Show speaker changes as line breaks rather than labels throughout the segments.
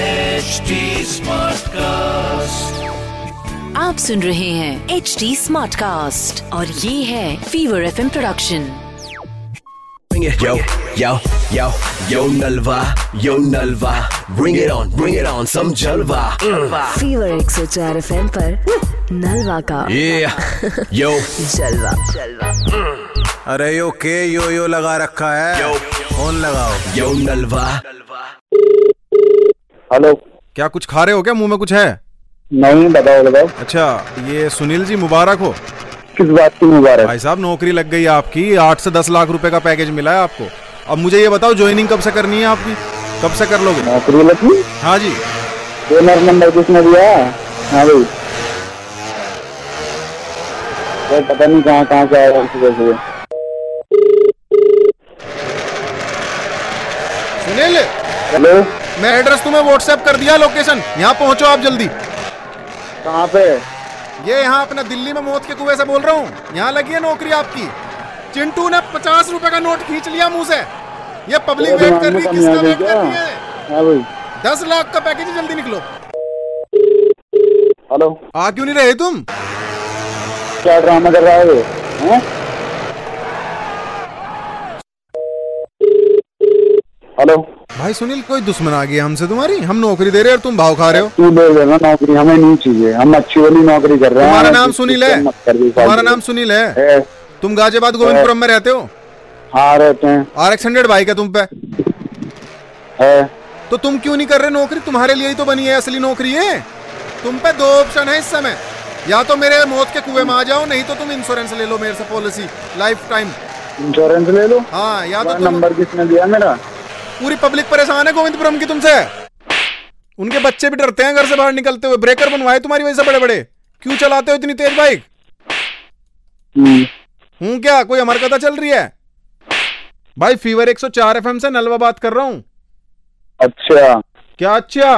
HD Smartcast.
आप सुन रहे हैं एच डी स्मार्ट कास्ट और ये है Fever F production
Bring it. Yo, yo, yo, yo Nalva, yo Nalva. Bring it on, bring it on, some Jalva. Mm.
Fever एक सौ चार एफ एम नलवा का
Yeah, yo,
जलवा जलवा
अरे यो के यो यो लगा रखा है
Yo.
फोन लगाओ
yo Nalva.
हेलो
क्या कुछ खा रहे हो क्या मुंह में कुछ है
नहीं बताओ बताओ
अच्छा ये सुनील जी मुबारक हो
किस बात की मुबारक
भाई साहब नौकरी लग गई आपकी आठ से दस लाख रुपए का पैकेज मिला है आपको अब मुझे ये बताओ ज्वाइनिंग कब से करनी है आपकी कब से कर लोगे
नौकरी लगी
हाँ जी
ओनर नंबर किसने दिया है हाँ भाई यार पता नहीं कहाँ कहाँ से आया है सुबह सुबह
सुनील
हेलो
मैं एड्रेस तुम्हें व्हाट्सएप कर दिया लोकेशन यहाँ पहुँचो आप जल्दी
कहाँ पे
ये यहाँ अपना दिल्ली में मौत के कुएं से बोल रहा हूँ यहाँ लगी है नौकरी आपकी चिंटू ने पचास रुपए का नोट खींच लिया मुंह से ये पब्लिक
अरे
वेट
हम
कर रही
में
है,
कमी आ
किसका
गई
वेट कर
क्या
रही है
हाँ भाई
दस लाख का पैकेज जल्दी निकलो
हेलो
आ क्यों नहीं रहे तुम
क्या ड्रामा कर रहा है ये हाँ? हैं? हेलो
भाई सुनील कोई दुश्मन आ गया हमसे तुम्हारी हम नौकरी दे रहे हैं और तुम भाव खा रहे हो
तू दे देना नौकरी हमें नहीं चाहिए हम अच्छी वाली नौकरी कर रहे हैं
तुम्हारा नाम
ऐसी
सुनील
चिंता
है
मत कर दे,
तुम्हारा
फालतू।
नाम सुनील है
है,
तुम गाजियाबाद गोविंदपुरम में रहते हो
हाँ रहते हैं
आर एक्स हंड्रेड बाइक है तुम पे
है
तो तुम क्यों नहीं कर रहे नौकरी तुम्हारे लिए ही तो बनी है असली नौकरी है तुम पे दो ऑप्शन है इस समय या तो मेरे मौत के कुएं में आ जाओ नहीं तो तुम इंश्योरेंस ले लो मेरे से पॉलिसी लाइफ टाइम
इंश्योरेंस ले लो
हाँ या तो
तुम्हारा
तुम
नंबर किसने दिया मेरा
पूरी पब्लिक परेशान है गोविंदपुरम की तुमसे उनके बच्चे भी डरते हैं घर से बाहर निकलते हुए ब्रेकर बनवाए तुम्हारी वजह से बड़े बड़े क्यों चलाते हो इतनी तेज बाइक
हम्म,
हूं क्या कोई अमर कथा चल रही है भाई फीवर 104 एफएम से नलवा बात कर रहा हूँ
अच्छा
क्या अच्छा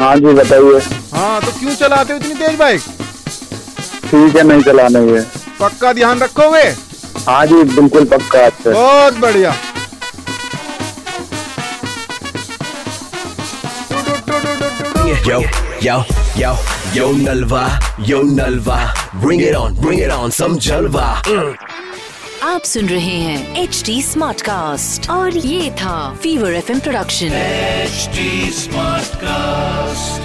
हाँ जी बताइए
हाँ तो क्यों चलाते हो इतनी तेज बाइक
ठीक है नहीं चलाना ये
पक्का ध्यान रखोगे
हाँ जी बिल्कुल पक्का अच्छा
बहुत बढ़िया
Yo, yo, yo, yo Nalva, yo Nalva. Bring it on, bring it on, some Jalva.
आप सुन रहे हैं एच डी स्मार्ट कास्ट और ये था Fever F production
HD Smartcast.